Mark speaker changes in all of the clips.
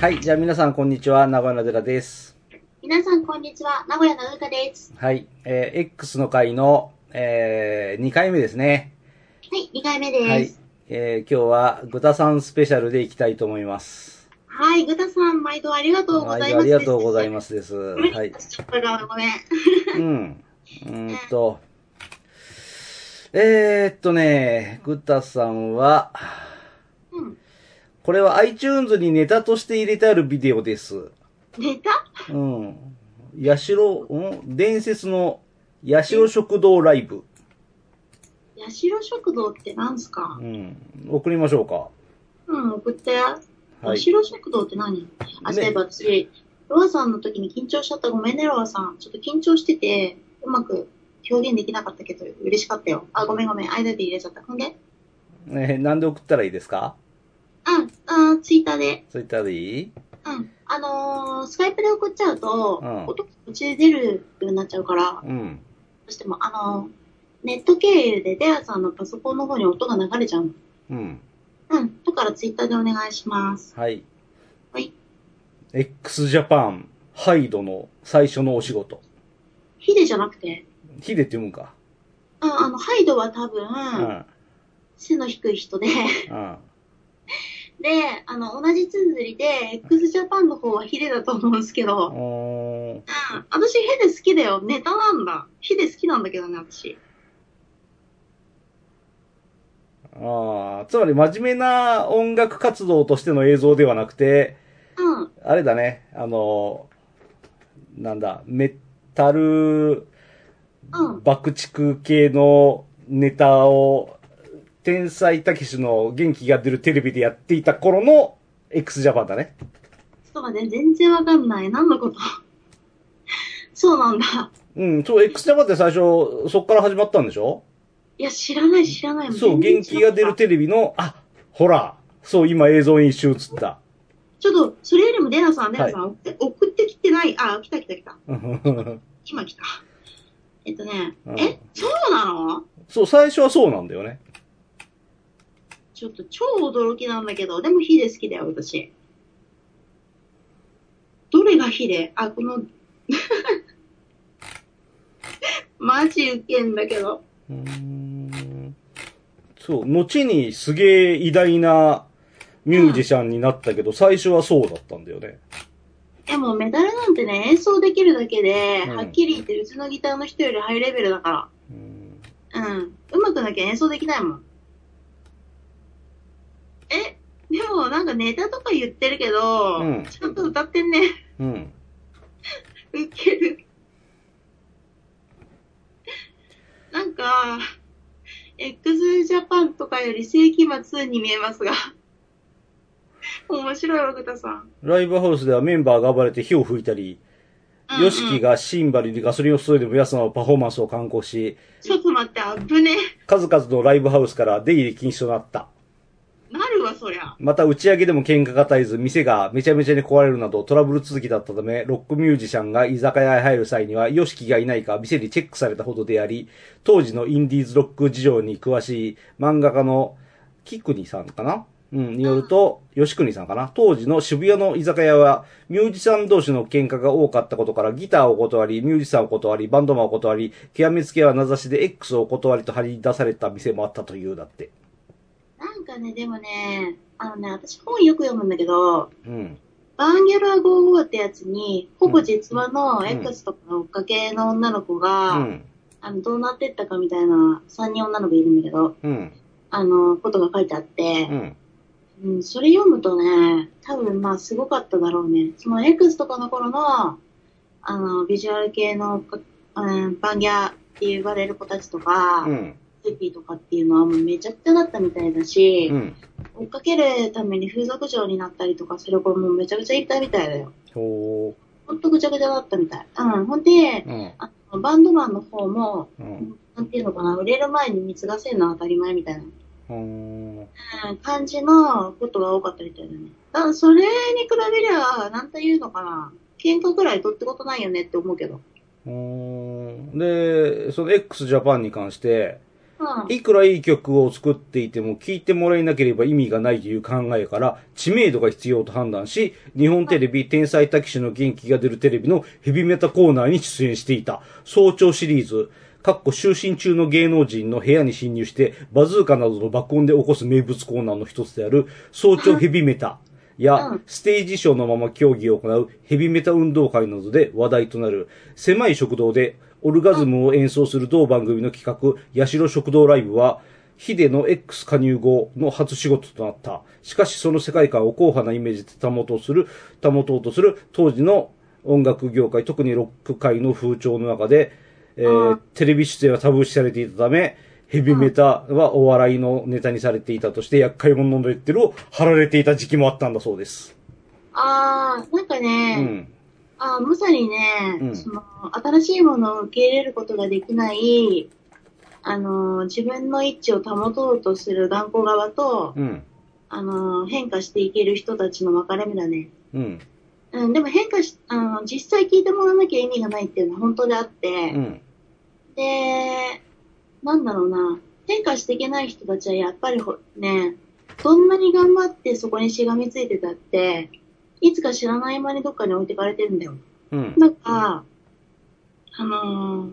Speaker 1: はい、じゃあ皆さんこんにちは、名古屋のデカです。
Speaker 2: 皆さん、こんにちは。名古屋のうかです。
Speaker 1: はい、えー X の回の、え2回目ですね。
Speaker 2: はい、2回目
Speaker 1: は
Speaker 2: で
Speaker 1: い
Speaker 2: す。、
Speaker 1: えー今日はグタさんスペシャルでいきたいと思います。
Speaker 2: はい、ぐたさん、毎度ありがとうございます。
Speaker 1: ありがとうござい
Speaker 2: す。
Speaker 1: ますです。
Speaker 2: は
Speaker 1: はい
Speaker 2: い、、ちょっとがごめん。
Speaker 1: うん。うーんと。えー、っとね、グタさんは、
Speaker 2: うん。
Speaker 1: これは iTunes にネタとして入れてあるビデオです。
Speaker 2: ネタ
Speaker 1: うん。ヤシロ、ん伝説のヤシロ食堂ライブ。
Speaker 2: やしろ食堂って何すか
Speaker 1: うん。送りましょうか。
Speaker 2: うん、送って。
Speaker 1: は
Speaker 2: や
Speaker 1: い
Speaker 2: しろ食堂って何あ、
Speaker 1: ね
Speaker 2: そういえば私、ロアさんの時に緊張しちゃった。ごめんね、ロアさん。ちょっと緊張してて、うまく表現できなかったけど、嬉しかったよ。あ、ごめんごめん。間で入れちゃった。ほんで
Speaker 1: えーなんで送ったらいいですか
Speaker 2: うん、あー、ツイッターで。
Speaker 1: そういったらいい
Speaker 2: うん。あのー、スカイプで送っちゃうと、
Speaker 1: うん
Speaker 2: 音がうちで出るようになっちゃうから、ど
Speaker 1: うん。
Speaker 2: うしても、あのー、ネット経由でデアさんのパソコンの方に音が流れちゃうの。
Speaker 1: うん。
Speaker 2: うん。だからツイッターでお願いします。
Speaker 1: はい。
Speaker 2: はい。
Speaker 1: x ジャパンハイドの最初のお仕事。
Speaker 2: ヒデじゃなくて、
Speaker 1: ヒデって読むか。
Speaker 2: うん、あの、ハイドは多分、
Speaker 1: うん。
Speaker 2: 背の低い人で、
Speaker 1: うん。
Speaker 2: で、あの、同じつづりで、x ジャパンの方はヒデだと思うんですけど、う
Speaker 1: う
Speaker 2: ん。
Speaker 1: ーん
Speaker 2: 私ヒデ好きだよ。ネタなんだ。ヒデ好きなんだけどね、私。
Speaker 1: ああ、つまり真面目な音楽活動としての映像ではなくて、
Speaker 2: うん。
Speaker 1: あれだね、あの、なんだ、メタル、
Speaker 2: うん。
Speaker 1: 爆竹系のネタを、天才たけしの元気が出るテレビでやっていた頃の x ジャパンだね。
Speaker 2: ちょっと待って、全然わかんない。何のこと そうなんだ。
Speaker 1: うん、そう、x ジャパンって最初、そっから始まったんでしょ
Speaker 2: いや、知らない、知らない。
Speaker 1: そう、元気が出る
Speaker 2: て。
Speaker 1: テレビの、あ、ほら、そう、今映像に一周映った。
Speaker 2: ちょっと、それよりもデナさん、デ
Speaker 1: は
Speaker 2: ナ
Speaker 1: い
Speaker 2: さん、送ってきてない。あ、来た来た来た。
Speaker 1: うん
Speaker 2: 今来た。えっとね、
Speaker 1: うん
Speaker 2: え、そうなの
Speaker 1: そう、最初はそうなんだよね。
Speaker 2: ちょっと超驚きなんだけど、でもヒデ好きだよ、私。どれがヒデあ、この、マジウケんだけど。
Speaker 1: うーんそう、後にすげえ偉大なミュージシャンになったけど、最初はそうだったんだよね。
Speaker 2: でもメダルなんてね、演奏できるだけで、
Speaker 1: うん
Speaker 2: はっきり言ってうちのギターの人よりハイレベルだか
Speaker 1: うん
Speaker 2: ら。うん。うまくなきゃ演奏できないもん。え、でもなんかネタとか言ってるけど、
Speaker 1: うん
Speaker 2: ちゃんと歌ってんね。
Speaker 1: うん。
Speaker 2: ウケる。なんか、x ジャパンとかより世紀末に見えますが。面白いわ、ぐたさん。
Speaker 1: ライブハウスではメンバーが暴れて火を吹いたり、
Speaker 2: うんうん
Speaker 1: ヨシキがシンバルにガソリンを注いで燃やすのパフォーマンスを敢行し、
Speaker 2: ちょっと待って、あぶね。
Speaker 1: 数々のライブハウスから出入り禁止となった。
Speaker 2: なるわ、そりゃ。
Speaker 1: また打ち上げでも喧嘩が絶えず、店がめちゃめちゃに壊れるなどトラブル続きだったため、ロックミュージシャンが居酒屋へ入る際には、ヨシキがいないか店にチェックされたほどであり、当時のインディーズロック事情に詳しい漫画家のキクニさんかなうん、によると、ヨシクニさんかな当時の渋谷の居酒屋は、ミュージシャン同士の喧嘩が多かったことから、ギターを断り、ミュージシャンを断り、バンドマンを断り、極めつけは名指しで X を断りと張り出された店もあったというだって。
Speaker 2: なんかね、でもね、あのね、私本よく読むんだけど、
Speaker 1: うん。
Speaker 2: バーンギャラ55ってやつに、ほぼ実話
Speaker 1: う
Speaker 2: の
Speaker 1: ん
Speaker 2: X とかの追っかけの女の子
Speaker 1: う
Speaker 2: が、
Speaker 1: ん。
Speaker 2: あの、どうなってったかみたいな、3人女の子いるんだけど、
Speaker 1: うん。
Speaker 2: あの、ことが書いてあっ
Speaker 1: う
Speaker 2: て、
Speaker 1: ん。
Speaker 2: うん、それ読むとね、多分まあすごかっただろうね。その X とかの頃の、あの、ビジュアル系の追っか、うん、バンギャって言われる子たちとか、
Speaker 1: うん。
Speaker 2: スーピーとかっていうのはもうめちゃくちゃだったみたいだし、
Speaker 1: うん。
Speaker 2: 追っかけるために風俗嬢になったりとか、それこれもうめちゃくちゃいたみたいだよ。
Speaker 1: ほ
Speaker 2: ほんとぐちゃぐちゃだったみたい。うん。ほんで
Speaker 1: う。、うん。
Speaker 2: あのバンドマンの方も、
Speaker 1: うん。
Speaker 2: なんていうのかな、売れる前に貢がせるのは当たり前みたいな、
Speaker 1: うん。
Speaker 2: うん、感じのことが多かったみたいだね。だからそれに比べりゃ、なんていうのかな、喧嘩くらいどうってことないよねって思うけど。
Speaker 1: うんで、その x ジャパンに関して、
Speaker 2: うん。
Speaker 1: いくらいい曲を作っていても聴いてもらえなければ意味がないという考えから知名度が必要と判断し、日本テレビ天才タキシの元気が出るテレビのヘビメタコーナーに出演していた早朝シリーズ、かっこ就寝中の芸能人の部屋に侵入してバズーカなどの爆音で起こす名物コーナーの一つである早朝ヘビメタ。や、
Speaker 2: うん
Speaker 1: ステージショーのまま競技を行うヘビメタ運動会などで話題となる、狭い食堂でオルガズムを演奏する同番組の企画、ヤシロ食堂ライブは、ヒデの X 加入後の初仕事となった。しかしその世界観を硬派なイメージで保とうする、保とうとする当時の音楽業界、特にロック界の風潮の中で、えー
Speaker 2: うん
Speaker 1: テレビ出演はタブー視されていたため、ヘビメタはお笑いのネタにされていたとして、厄介者のレッテルを貼られていた時期もあったんだそうです。
Speaker 2: あー、なんか
Speaker 1: う
Speaker 2: ね、
Speaker 1: ん。
Speaker 2: あーまさにね、
Speaker 1: うん
Speaker 2: その、新しいものを受け入れることができない、あのー、自分の位置を保とうとする頑固側と、
Speaker 1: うん。
Speaker 2: あのー、変化していける人たちの分かれ目だね。
Speaker 1: うん。
Speaker 2: うん、でも変化し、あの、実際聞いてもらわなきゃ意味がないっていうのは本当であって、
Speaker 1: うん。
Speaker 2: で、なんだろうな、変化していけない人たちはやっぱりほね、どんなに頑張ってそこにしがみついてたって、いつか知らない間にどっかに置いてかれてるんだよ。
Speaker 1: うん。
Speaker 2: なんか、あのー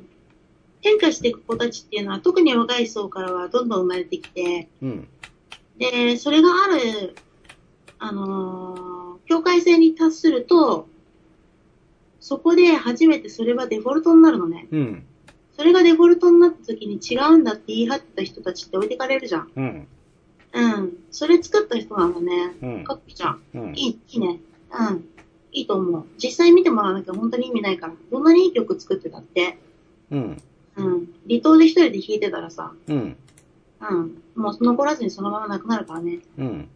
Speaker 2: 変化していく子たちっていうのは特に若い層からはどんどん生まれてきて、
Speaker 1: うん。
Speaker 2: で、それがある、あのー境界線に達すると、そこで初めてそれはデフォルトになるのね。
Speaker 1: うん。
Speaker 2: それがデフォルトになった時に違うんだって言い張ってた人たちって置いてかれるじゃん。
Speaker 1: うん。
Speaker 2: うん。それ作った人なんだね。
Speaker 1: うん。
Speaker 2: かっこいいじゃん。
Speaker 1: うん。
Speaker 2: いい、いいね。うん。いいと思う。実際見てもらわなきゃ本当に意味ないから。どんなにいい曲作ってたって。
Speaker 1: うん。
Speaker 2: うん。離島で一人で弾いてたらさ、
Speaker 1: うん。
Speaker 2: うん。もう残らずにそのままなくなるからね。
Speaker 1: うん。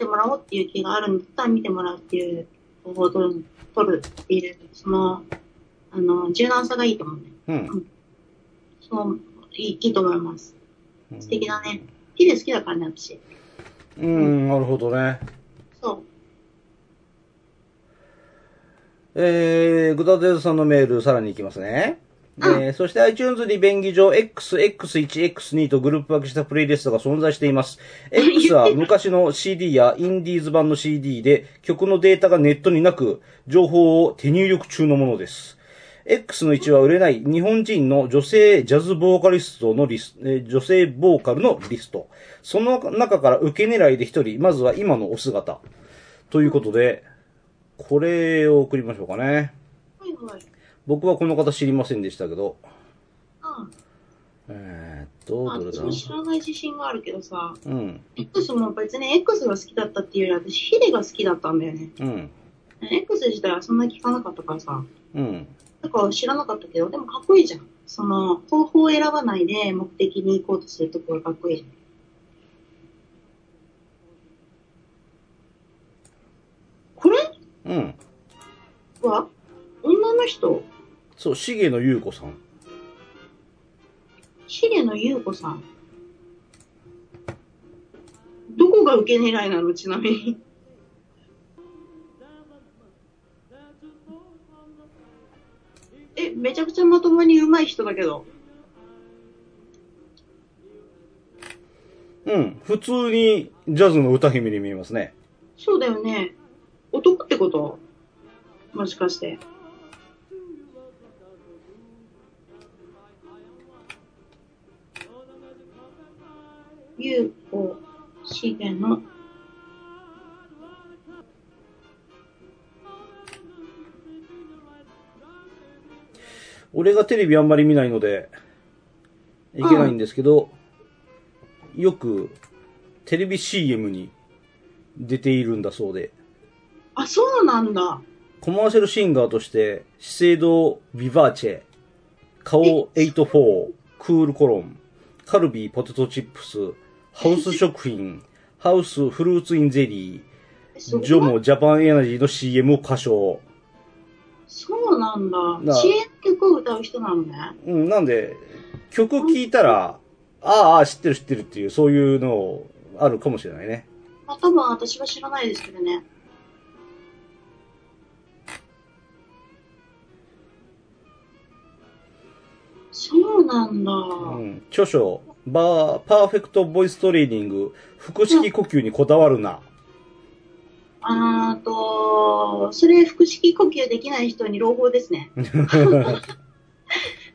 Speaker 2: 見てもらおうっていう気があるんだったら見てもらうっていう方法を取る取るっていう、その、あの、柔軟さがいいと思うね。
Speaker 1: うん。
Speaker 2: そう、いいいいと思います。
Speaker 1: 素
Speaker 2: 素敵だね。ヒデ好きだからね、私。
Speaker 1: うん、なるほどね。
Speaker 2: そう。
Speaker 1: えー、グダデルさんのメール、さらに行きますね。え
Speaker 2: うん
Speaker 1: ー、そして iTunes に便宜上 XX1、X2 とグループ分けしたプレイリストが存在しています。X は昔の CD やインディーズ版の CD で曲のデータがネットになく、情報を手入力中のものです。X の1は売れない日本人の女性ジャズボーカリストのリス、えー女性ボーカルのリスト。その中から受け狙いで一人、まずは今のお姿。ということで、これを送りましょうかね。
Speaker 2: はいはい。
Speaker 1: 僕はこの方知りませんでしたけど。
Speaker 2: うん。
Speaker 1: えー、っと、
Speaker 2: まあ、
Speaker 1: どれ
Speaker 2: 私
Speaker 1: だ
Speaker 2: も知らない自信があるけどさ、
Speaker 1: うん、
Speaker 2: X も別に X が好きだったっていうより、私、ヒデが好きだったんだよね。
Speaker 1: うん、
Speaker 2: X 自体はそんな聞かなかったからさ、
Speaker 1: うん、
Speaker 2: だから知らなかったけど、でもかっこいいじゃん。その、方法を選ばないで目的に行こうとするところがかっこいいじゃん。これ
Speaker 1: うん。
Speaker 2: は女の人
Speaker 1: そう、重野優子さん。
Speaker 2: ヒデの優子さん。どこが受け狙いなのちなみに。え、めちゃくちゃまともに上手い人だけど。
Speaker 1: うん、普通にジャズの歌姫に見えますね。
Speaker 2: そうだよね。男ってこともしかして。優子、しげの。
Speaker 1: 俺がテレビあんまり見ないので、いけないんですけど、よくテレビ CM に出ているんだそうで、
Speaker 2: あ、そうなんだ。
Speaker 1: コマーシャルシンガーとして、資生堂ビバーチェ、カオ84、クールコロン、カルビーポテトチップス、ハウス食品、ハウスフルーツインゼリ
Speaker 2: す
Speaker 1: ー、
Speaker 2: ごい
Speaker 1: ジョモジャパンエナジーの CM を歌唱。
Speaker 2: そうなん
Speaker 1: な
Speaker 2: だ。CM 曲を歌う人なのね。
Speaker 1: うん、なんで、曲聴いたら、ああ、ああ、知ってる知ってるっていう、そういうのをあるかもしれないね。
Speaker 2: まあ、多分私は知らないですけどね。そうなんだ。
Speaker 1: うん著書、バー、パーフェクトボイストレーニング、腹式呼吸にこだわるな。
Speaker 2: あーと、それ、腹式呼吸できない人に朗報ですね。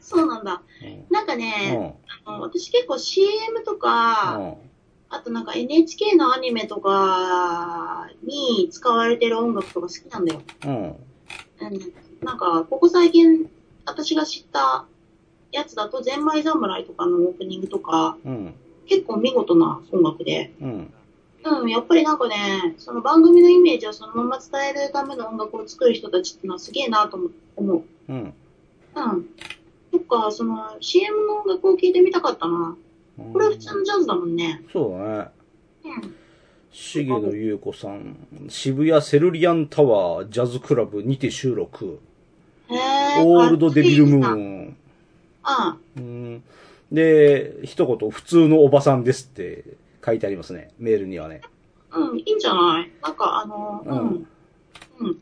Speaker 2: そうなんだ。なんかね、あの私結構 CM とか、あとなんか NHK のアニメとかに使われてる音楽とか好きなんだよ。うん。なんか、ここ最近、私が知ったやつだと、ゼンマイ侍とかのオープニングとか、結構見事な音楽で。うん、やっぱりなんかね、その番組のイメージをそのまま伝えるための音楽を作る人たちってのはすげえなと思思う。うん。そっか、その CM の音楽を聴いてみたかったな。これは普通のジャズだもんね。
Speaker 1: そうだね。
Speaker 2: うん。
Speaker 1: 重野優子さん、渋谷セルリアンタワージャズクラブにて収録。
Speaker 2: へえ。
Speaker 1: オールドデビルム
Speaker 2: かっこいい
Speaker 1: ー
Speaker 2: な
Speaker 1: ン。
Speaker 2: あ
Speaker 1: うんで、一言、普通のおばさんですって書いてありますね。メールにはね。
Speaker 2: あ、うん、いいんじゃないなんかあの、う
Speaker 1: うん
Speaker 2: ん。うん。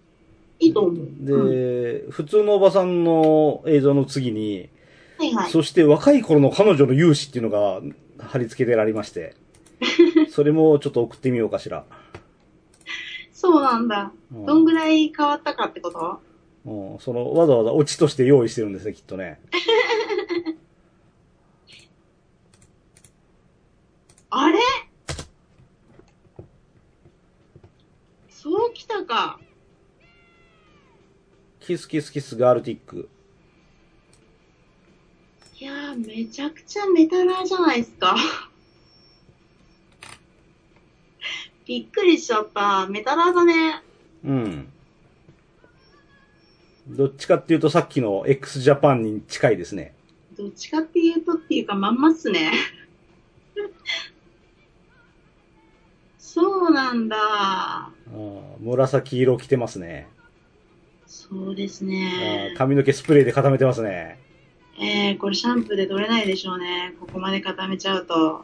Speaker 2: いいと思う。
Speaker 1: で、
Speaker 2: うん、
Speaker 1: 普通のおばさんの映像の次に、
Speaker 2: はいはい。
Speaker 1: そして若い頃の彼女の勇姿っていうのが貼り付けてられま して、それもちょっと送ってみようかしら。
Speaker 2: そうなんだ。
Speaker 1: うん
Speaker 2: どんぐらい変わったかってこと
Speaker 1: うんそのわざわざオチとして用意してるんですね、きっとね。
Speaker 2: あれそうきたか。
Speaker 1: キスキスキスガールティック。
Speaker 2: いやー、めちゃくちゃメタラーじゃないですか。 びっくりしちゃった。メタラーだね。
Speaker 1: うん。どっちかっていうとさっきの x ジャパンに近いですね。
Speaker 2: どっちかっていうとっていうかまんまっすね。 そうなんだ。
Speaker 1: うん紫色着てますね。
Speaker 2: そうです
Speaker 1: あ
Speaker 2: ね
Speaker 1: ー。髪の毛スプレーで固めてますね。
Speaker 2: えー、これシャンプーで取れないでしょうね。ここまで固めちゃうと。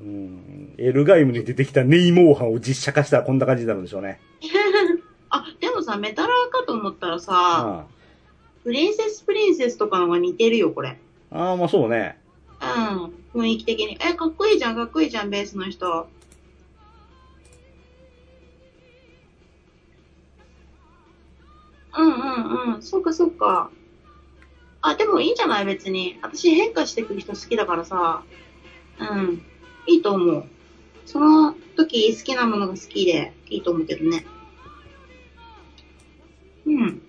Speaker 1: うん。エルガイムに出てきたネイモーハンを実写化したらこんな感じになるんでしょうね。
Speaker 2: あ、でもさ、メタラーかと思ったら
Speaker 1: うんあ
Speaker 2: さ、プリンセスプリンセスとかの方が似てるよ、これ。
Speaker 1: あ、まあそうね。
Speaker 2: うん。雰囲気的に。え、かっこいいじゃん、かっこいいじゃん、ベースの人。うんうんうん。そうかそうか。あ、でもいいんじゃない別に。私変化してくる人好きだからさ。うん。いいと思う。その時好きなものが好きでいいと思うけどね。うん。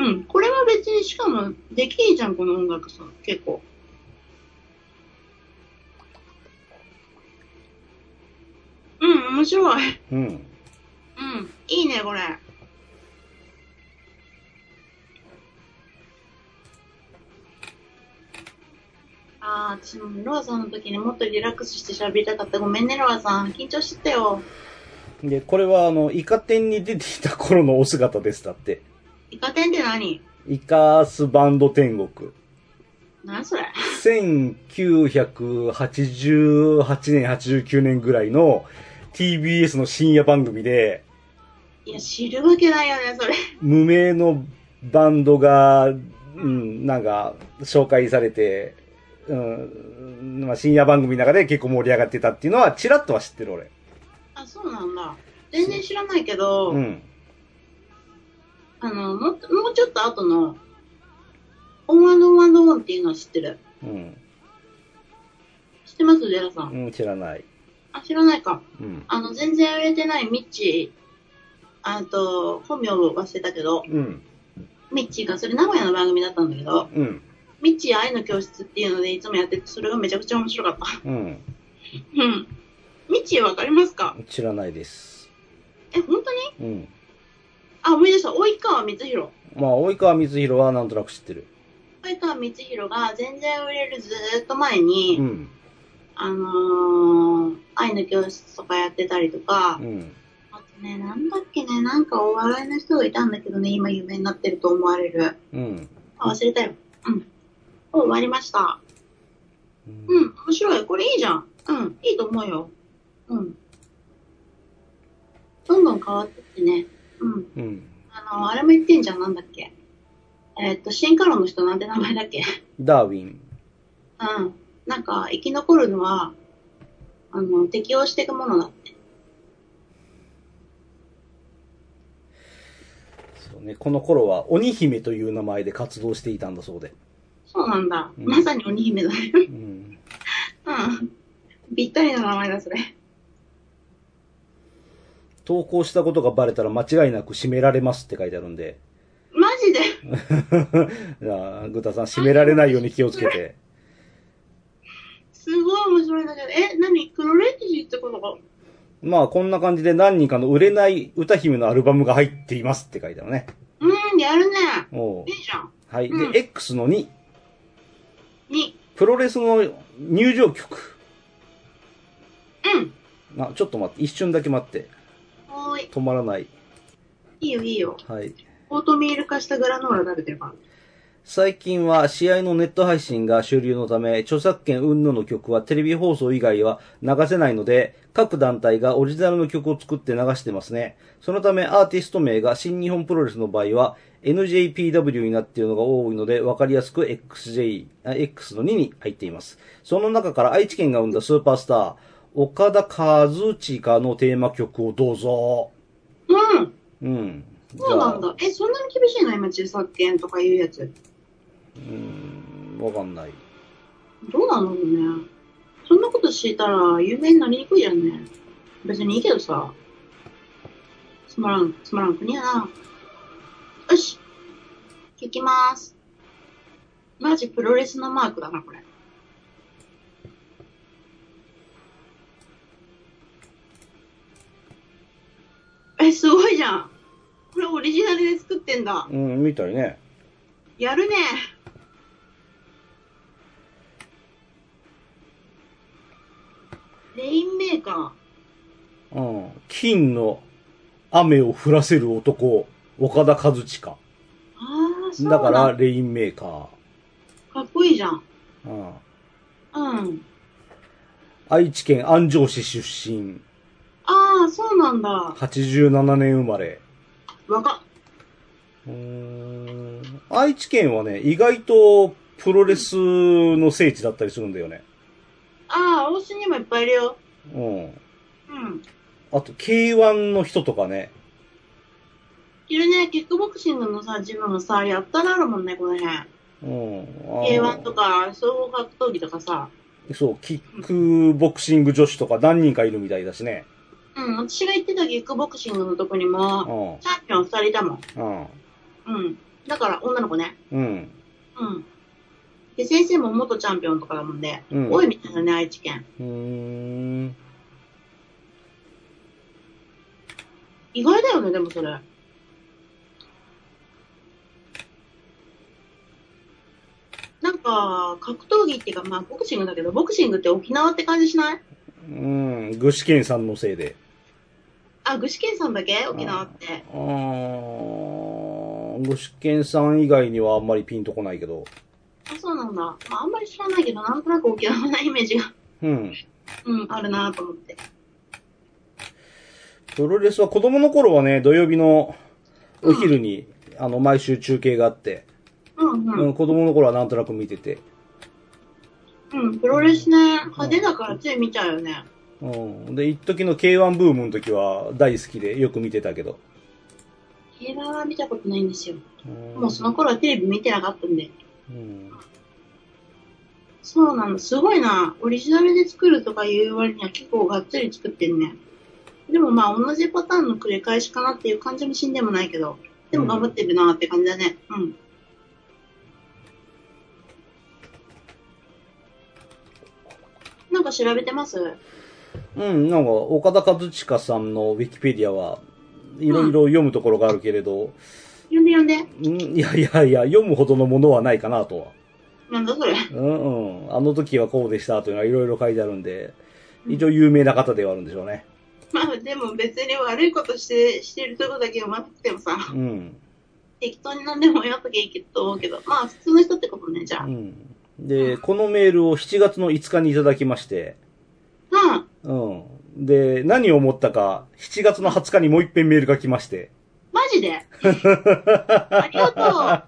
Speaker 2: うん、これは別に、しかも、できいじゃん、この音楽さ、結構。うん、面白い。
Speaker 1: うん。
Speaker 2: うん、いいね、これ。あー、私もロアさんの時にもっとリラックスして喋りたかった。ごめんね、ロアさん。緊張してたよ。
Speaker 1: で、これはあの、イカ天に出てきた頃のお姿ですだって。
Speaker 2: イカ天って何
Speaker 1: イカースバンド天国。
Speaker 2: 何それ
Speaker 1: 1988年、89年ぐらいの TBS の深夜番組で、
Speaker 2: いや、知るわけないよね、それ。
Speaker 1: 無名のバンドが、うん、なんか、紹介されて、うん、まあ深夜番組の中で結構盛り上がってたっていうのは、チラッとは知ってる俺。
Speaker 2: あ、そうなんだ。全然知らないけど、
Speaker 1: うん。
Speaker 2: あの、もっと、もうちょっと後の、オンオンオンっていうのは知ってる。
Speaker 1: うん。
Speaker 2: 知ってますジェラさ。
Speaker 1: うんん、知らない。
Speaker 2: あ、知らないか。
Speaker 1: うん。
Speaker 2: あの、全然売れてないミッチー、あと、本名を忘れたけど、
Speaker 1: うん。
Speaker 2: ミッチーが、それ名古屋の番組だったんだけど、
Speaker 1: うん。
Speaker 2: ミッチー愛の教室っていうのでいつもやってて、それがめちゃくちゃ面白かった。
Speaker 1: うん。
Speaker 2: うん。ミッチーわかりますか
Speaker 1: 知らないです。
Speaker 2: え、本当に
Speaker 1: うん。
Speaker 2: あ、思い出した。及川光弘。
Speaker 1: まあ、及川光弘はなんとなく知ってる。
Speaker 2: 及川光弘が全然売れるずーっと前
Speaker 1: う
Speaker 2: に、
Speaker 1: ん。
Speaker 2: あのー、愛の教室とかやってたりとか
Speaker 1: う、ん。
Speaker 2: あとね、なんだっけね、なんかお笑いの人がいたんだけどね、今有名になってると思われる。
Speaker 1: うん。
Speaker 2: あ、忘れたよ。うん。もう終わりました。
Speaker 1: うん
Speaker 2: うん、面白い。これいいじゃん。うん、いいと思うよ。うん。どんどん変わってってね。うん。
Speaker 1: うん。
Speaker 2: まあの、あれも言ってんじゃん、なんだっけ。えーっと、進化論の人なんて名前だっけ。
Speaker 1: ダーウィン。
Speaker 2: うん。なんか、生き残るのは、あの、適応していくものだって。
Speaker 1: そうね、この頃は鬼姫という名前で活動していたんだそうで。
Speaker 2: そうなんだ。
Speaker 1: うん
Speaker 2: まさに鬼姫だね。
Speaker 1: うん。
Speaker 2: うん。ぴったりの名前だ、それ。
Speaker 1: 投稿したことがバレたら間違いなく締められますって書いてあるんで。
Speaker 2: マジで
Speaker 1: じゃあ、グタさん、締められないように気をつけて。
Speaker 2: すごい面白いんだけど、え、何黒歴史ってことか。
Speaker 1: まあ、こんな感じで何人かの売れない歌姫のアルバムが入っていますって書いてあるね。
Speaker 2: うん、やるね。
Speaker 1: おう
Speaker 2: いいじゃん。
Speaker 1: はい。で、
Speaker 2: うん
Speaker 1: X の2、
Speaker 2: に、
Speaker 1: プロレスの入場曲。
Speaker 2: うん。
Speaker 1: あ、ちょっと待って、一瞬だけ待って。
Speaker 2: おーい。
Speaker 1: 止まらない。
Speaker 2: いいよ、いいよ。
Speaker 1: はい。
Speaker 2: オートミール化したグラノーラ食べてるから。
Speaker 1: 最近は試合のネット配信が主流のため、著作権云々の曲はテレビ放送以外は流せないので、各団体がオリジナルの曲を作って流してますね。そのためアーティスト名が新日本プロレスの場合は NJPW になっているのが多いので、わかりやすく XJ、あ X の2に入っています。その中から愛知県が生んだスーパースター、岡田和親のテーマ曲をどうぞ。
Speaker 2: うん。
Speaker 1: うん。
Speaker 2: そうなん
Speaker 1: じゃあ
Speaker 2: だ。え、そんなに厳しいの今、著作権とかいうやつ。
Speaker 1: うん、わかんない。
Speaker 2: どうなのね。そんなこと知ったら、有名になりにくいじゃんね。別にいいけどさ。つまらん、つまらん国やな。よし。聞きまーす。マジプロレスのマークだな、これ。え、すごいじゃん。これオリジナルで作ってんだ。
Speaker 1: うん、みたいね。
Speaker 2: やるね。レインメーカ
Speaker 1: うん金の雨を降らせる男、岡田和親。
Speaker 2: ー。ああ、そう
Speaker 1: だ
Speaker 2: だ
Speaker 1: から、レインメーカ
Speaker 2: かっこいいじゃん。
Speaker 1: ー。うん
Speaker 2: うん。
Speaker 1: 愛知県安城市出身、
Speaker 2: ああ、そうなんだ。
Speaker 1: 87年生まれ。
Speaker 2: 若っ。
Speaker 1: うーん愛知県はね、意外とプロレスの聖地だったりするんだよね。
Speaker 2: ああ、大須にもいっぱいいるよ。
Speaker 1: うん。
Speaker 2: うん。
Speaker 1: あと、K1 の人とかね。
Speaker 2: いるね。キックボクシングのさ、ジムもさ、やったらあるもんね、この辺。
Speaker 1: うん。あ
Speaker 2: K1
Speaker 1: の
Speaker 2: とか、総合格闘技とかさ。
Speaker 1: そう、キックボクシング女子とか何人かいるみたいだしね。
Speaker 2: うん、私が行ってたキックボクシングのとこに
Speaker 1: う
Speaker 2: も、
Speaker 1: ん。
Speaker 2: チャンピオン二人いたもん。
Speaker 1: うん。
Speaker 2: うん。だから、女の子ね。
Speaker 1: うん。
Speaker 2: うん。で、先生も元チャンピオンとかだもんで、
Speaker 1: うん
Speaker 2: 多いみたいだね、愛知県。
Speaker 1: うーん。
Speaker 2: 意外だよね、でもそれ。なんか、格闘技っていうか、まあ、ボクシングだけど、ボクシングって沖縄って感じしない
Speaker 1: うん、具志堅さんのせいで。
Speaker 2: あ、具志堅さんだけ沖縄って。
Speaker 1: うーん、具志堅さん以外にはあんまりピンとこないけど。
Speaker 2: あ、そうなんだ。まあ、あんまり知らないけど、なんとなく沖縄なイメージが、
Speaker 1: うん。
Speaker 2: うん、あるなと思って。
Speaker 1: プロレスは子供の頃はね、土曜日のお昼に、あの、毎週中継があって、
Speaker 2: うん、
Speaker 1: う
Speaker 2: うん
Speaker 1: ん、。子供の頃はなんとなく見てて、
Speaker 2: うん、プロレスね、派手だからつい見ちゃうよね。
Speaker 1: うん。で、一時の K1 ブームの時は大好きでよく見てたけど。
Speaker 2: 映画は見たことないんですよ。
Speaker 1: うん
Speaker 2: もうその頃はテレビ見てなかったんで。
Speaker 1: うん。
Speaker 2: そうなの、すごいな。オリジナルで作るとかいう割には結構がっつり作ってんね。でもまあ同じパターンの繰り返しかなっていう感じもしんでもないけど、でも頑張ってるなって感じだね。うん。なんか調べてます
Speaker 1: うん、なんか、岡田和親さんのウィキペディアはいろいろ読むところがあるけれど、
Speaker 2: 読んで読んで。
Speaker 1: うん、いやいやいや、読むほどのものはないかなとは。
Speaker 2: なんだそれ。
Speaker 1: うんうん。あの時はこうでしたというのはいろいろ書いてあるんで、一応有名な方ではあるんでしょうね。
Speaker 2: まあでも別に悪いことして、してるとこだけ読まなくてもさ、
Speaker 1: うん。
Speaker 2: 適当に何でもやっときゃいいと思うけど、まあ普通の人ってことね、じゃあ。
Speaker 1: う
Speaker 2: うん。
Speaker 1: ん。で、このメールを7月の5日にいただきまして、うん。で、何を思ったか、7月の20日にもう一遍メールが来まして、
Speaker 2: マジでありが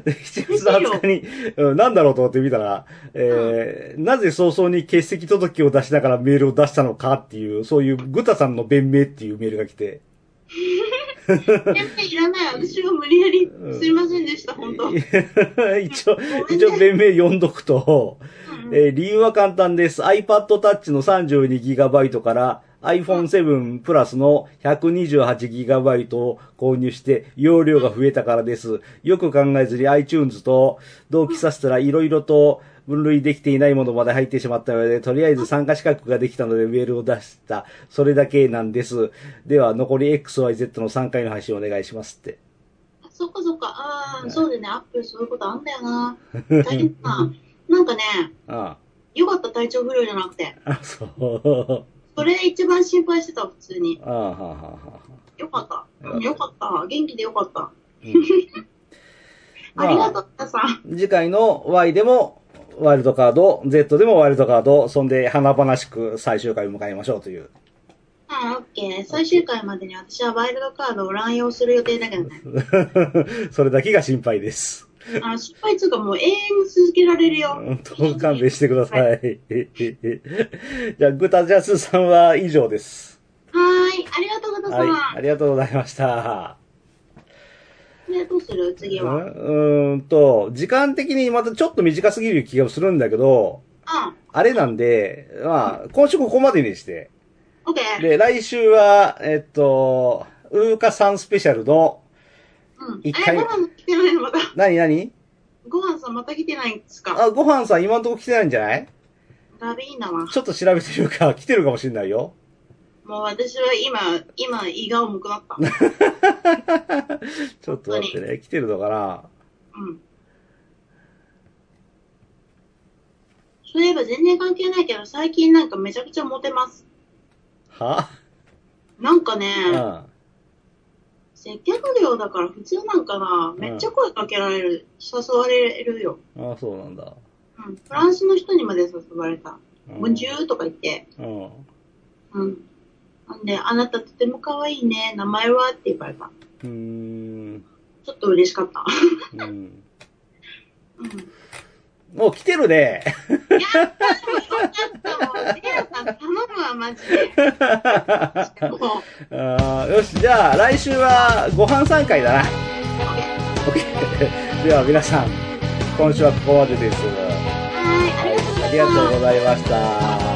Speaker 2: と
Speaker 1: で7月20日に、うん、なんだろうと思って見たら、えー、なぜ早々に欠席届を出しながらメールを出したのかっていう、そういうグタさんの弁明っていうメールが来て、
Speaker 2: う。全然いらない。私が無理やり、すいませんでした、本当。うん。
Speaker 1: 一応、一応弁明読んどくと、えー理由は簡単です。iPad Touch の 32GB から iPhone7 プラスの 128GB を購入して容量が増えたからです。よく考えずに iTunes と同期させたら色々と分類できていないものまで入ってしまったので、とりあえず参加資格ができたのでメールを出した。それだけなんです。では、残り XYZ の3回の配信お願いしますって。
Speaker 2: あそっかそっか。ああ、そうだよね。アップルそういうことあんだよな。大変だな。なんかね、
Speaker 1: あ
Speaker 2: よかった、体調不良じゃなくて。
Speaker 1: あ。あ、そう。
Speaker 2: それ一番心配してた、普通に。
Speaker 1: ああ、はあ、はあ、はあ。
Speaker 2: よかった。うんよかった。元気でよかった。
Speaker 1: まあ
Speaker 2: ありがとう、皆さん。
Speaker 1: 次回の Y でもワイルドカード、Z でもワイルドカード、そんで華々しく最終回を迎えましょうという。
Speaker 2: はい、オッケー。最終回までに私はワイルドカードを乱用する予定だけどね。
Speaker 1: それだけが心配です。
Speaker 2: あ失敗つうかもう永遠に続けられるよ。
Speaker 1: どう勘弁してください。じゃあ、グタジャスさんは以上です。
Speaker 2: はーい。ありがとうござ
Speaker 1: は
Speaker 2: います
Speaker 1: い。あ。りがとうございました。
Speaker 2: で、どうする次
Speaker 1: う
Speaker 2: は。
Speaker 1: んうーんと、時間的にまたちょっと短すぎる気がするんだけど、
Speaker 2: あ、
Speaker 1: あれなんで、まあ、今週ここまでにして、
Speaker 2: オッケー。
Speaker 1: で、来週は、えっと、ウーカさんスペシャルの、
Speaker 2: うん。
Speaker 1: 一
Speaker 2: え、
Speaker 1: 回
Speaker 2: ご飯来てないのまた。
Speaker 1: 何何
Speaker 2: ご飯さんまた来てないんですか
Speaker 1: あ、ご飯さん今んとこ来てないんじゃない
Speaker 2: ダビーナは。
Speaker 1: ちょっと調べてみるか、 来てるかもしれないよ。
Speaker 2: もう私は今、今、胃が重くなった。
Speaker 1: ちょっと待ってね、来てるのかな
Speaker 2: うん。そういえば全然関係ないけど、最近なんかめちゃくちゃモテます。
Speaker 1: は
Speaker 2: なんかね、
Speaker 1: うん。
Speaker 2: 接客業だから普通なんかな、めっちゃ声かけられる、誘われるよ。
Speaker 1: あそうなんだ。
Speaker 2: うん。フランスの人にまで誘われた。
Speaker 1: うん
Speaker 2: ボンジューとか言って。
Speaker 1: うん。
Speaker 2: うん。なんで、あなたとても可愛いね。名前はって言われた。
Speaker 1: うーん。
Speaker 2: ちょっと嬉しかった。
Speaker 1: うん。
Speaker 2: うん。
Speaker 1: もう来てるね。
Speaker 2: やったもうよかったもん。レアさん頼むわ、マジ で。もう
Speaker 1: あーよし、じゃあ来週はご飯3回だな。OK では皆さん、今週はここまでです。
Speaker 2: はい、ありがとうござい
Speaker 1: ありがとうございま
Speaker 2: ます。
Speaker 1: した。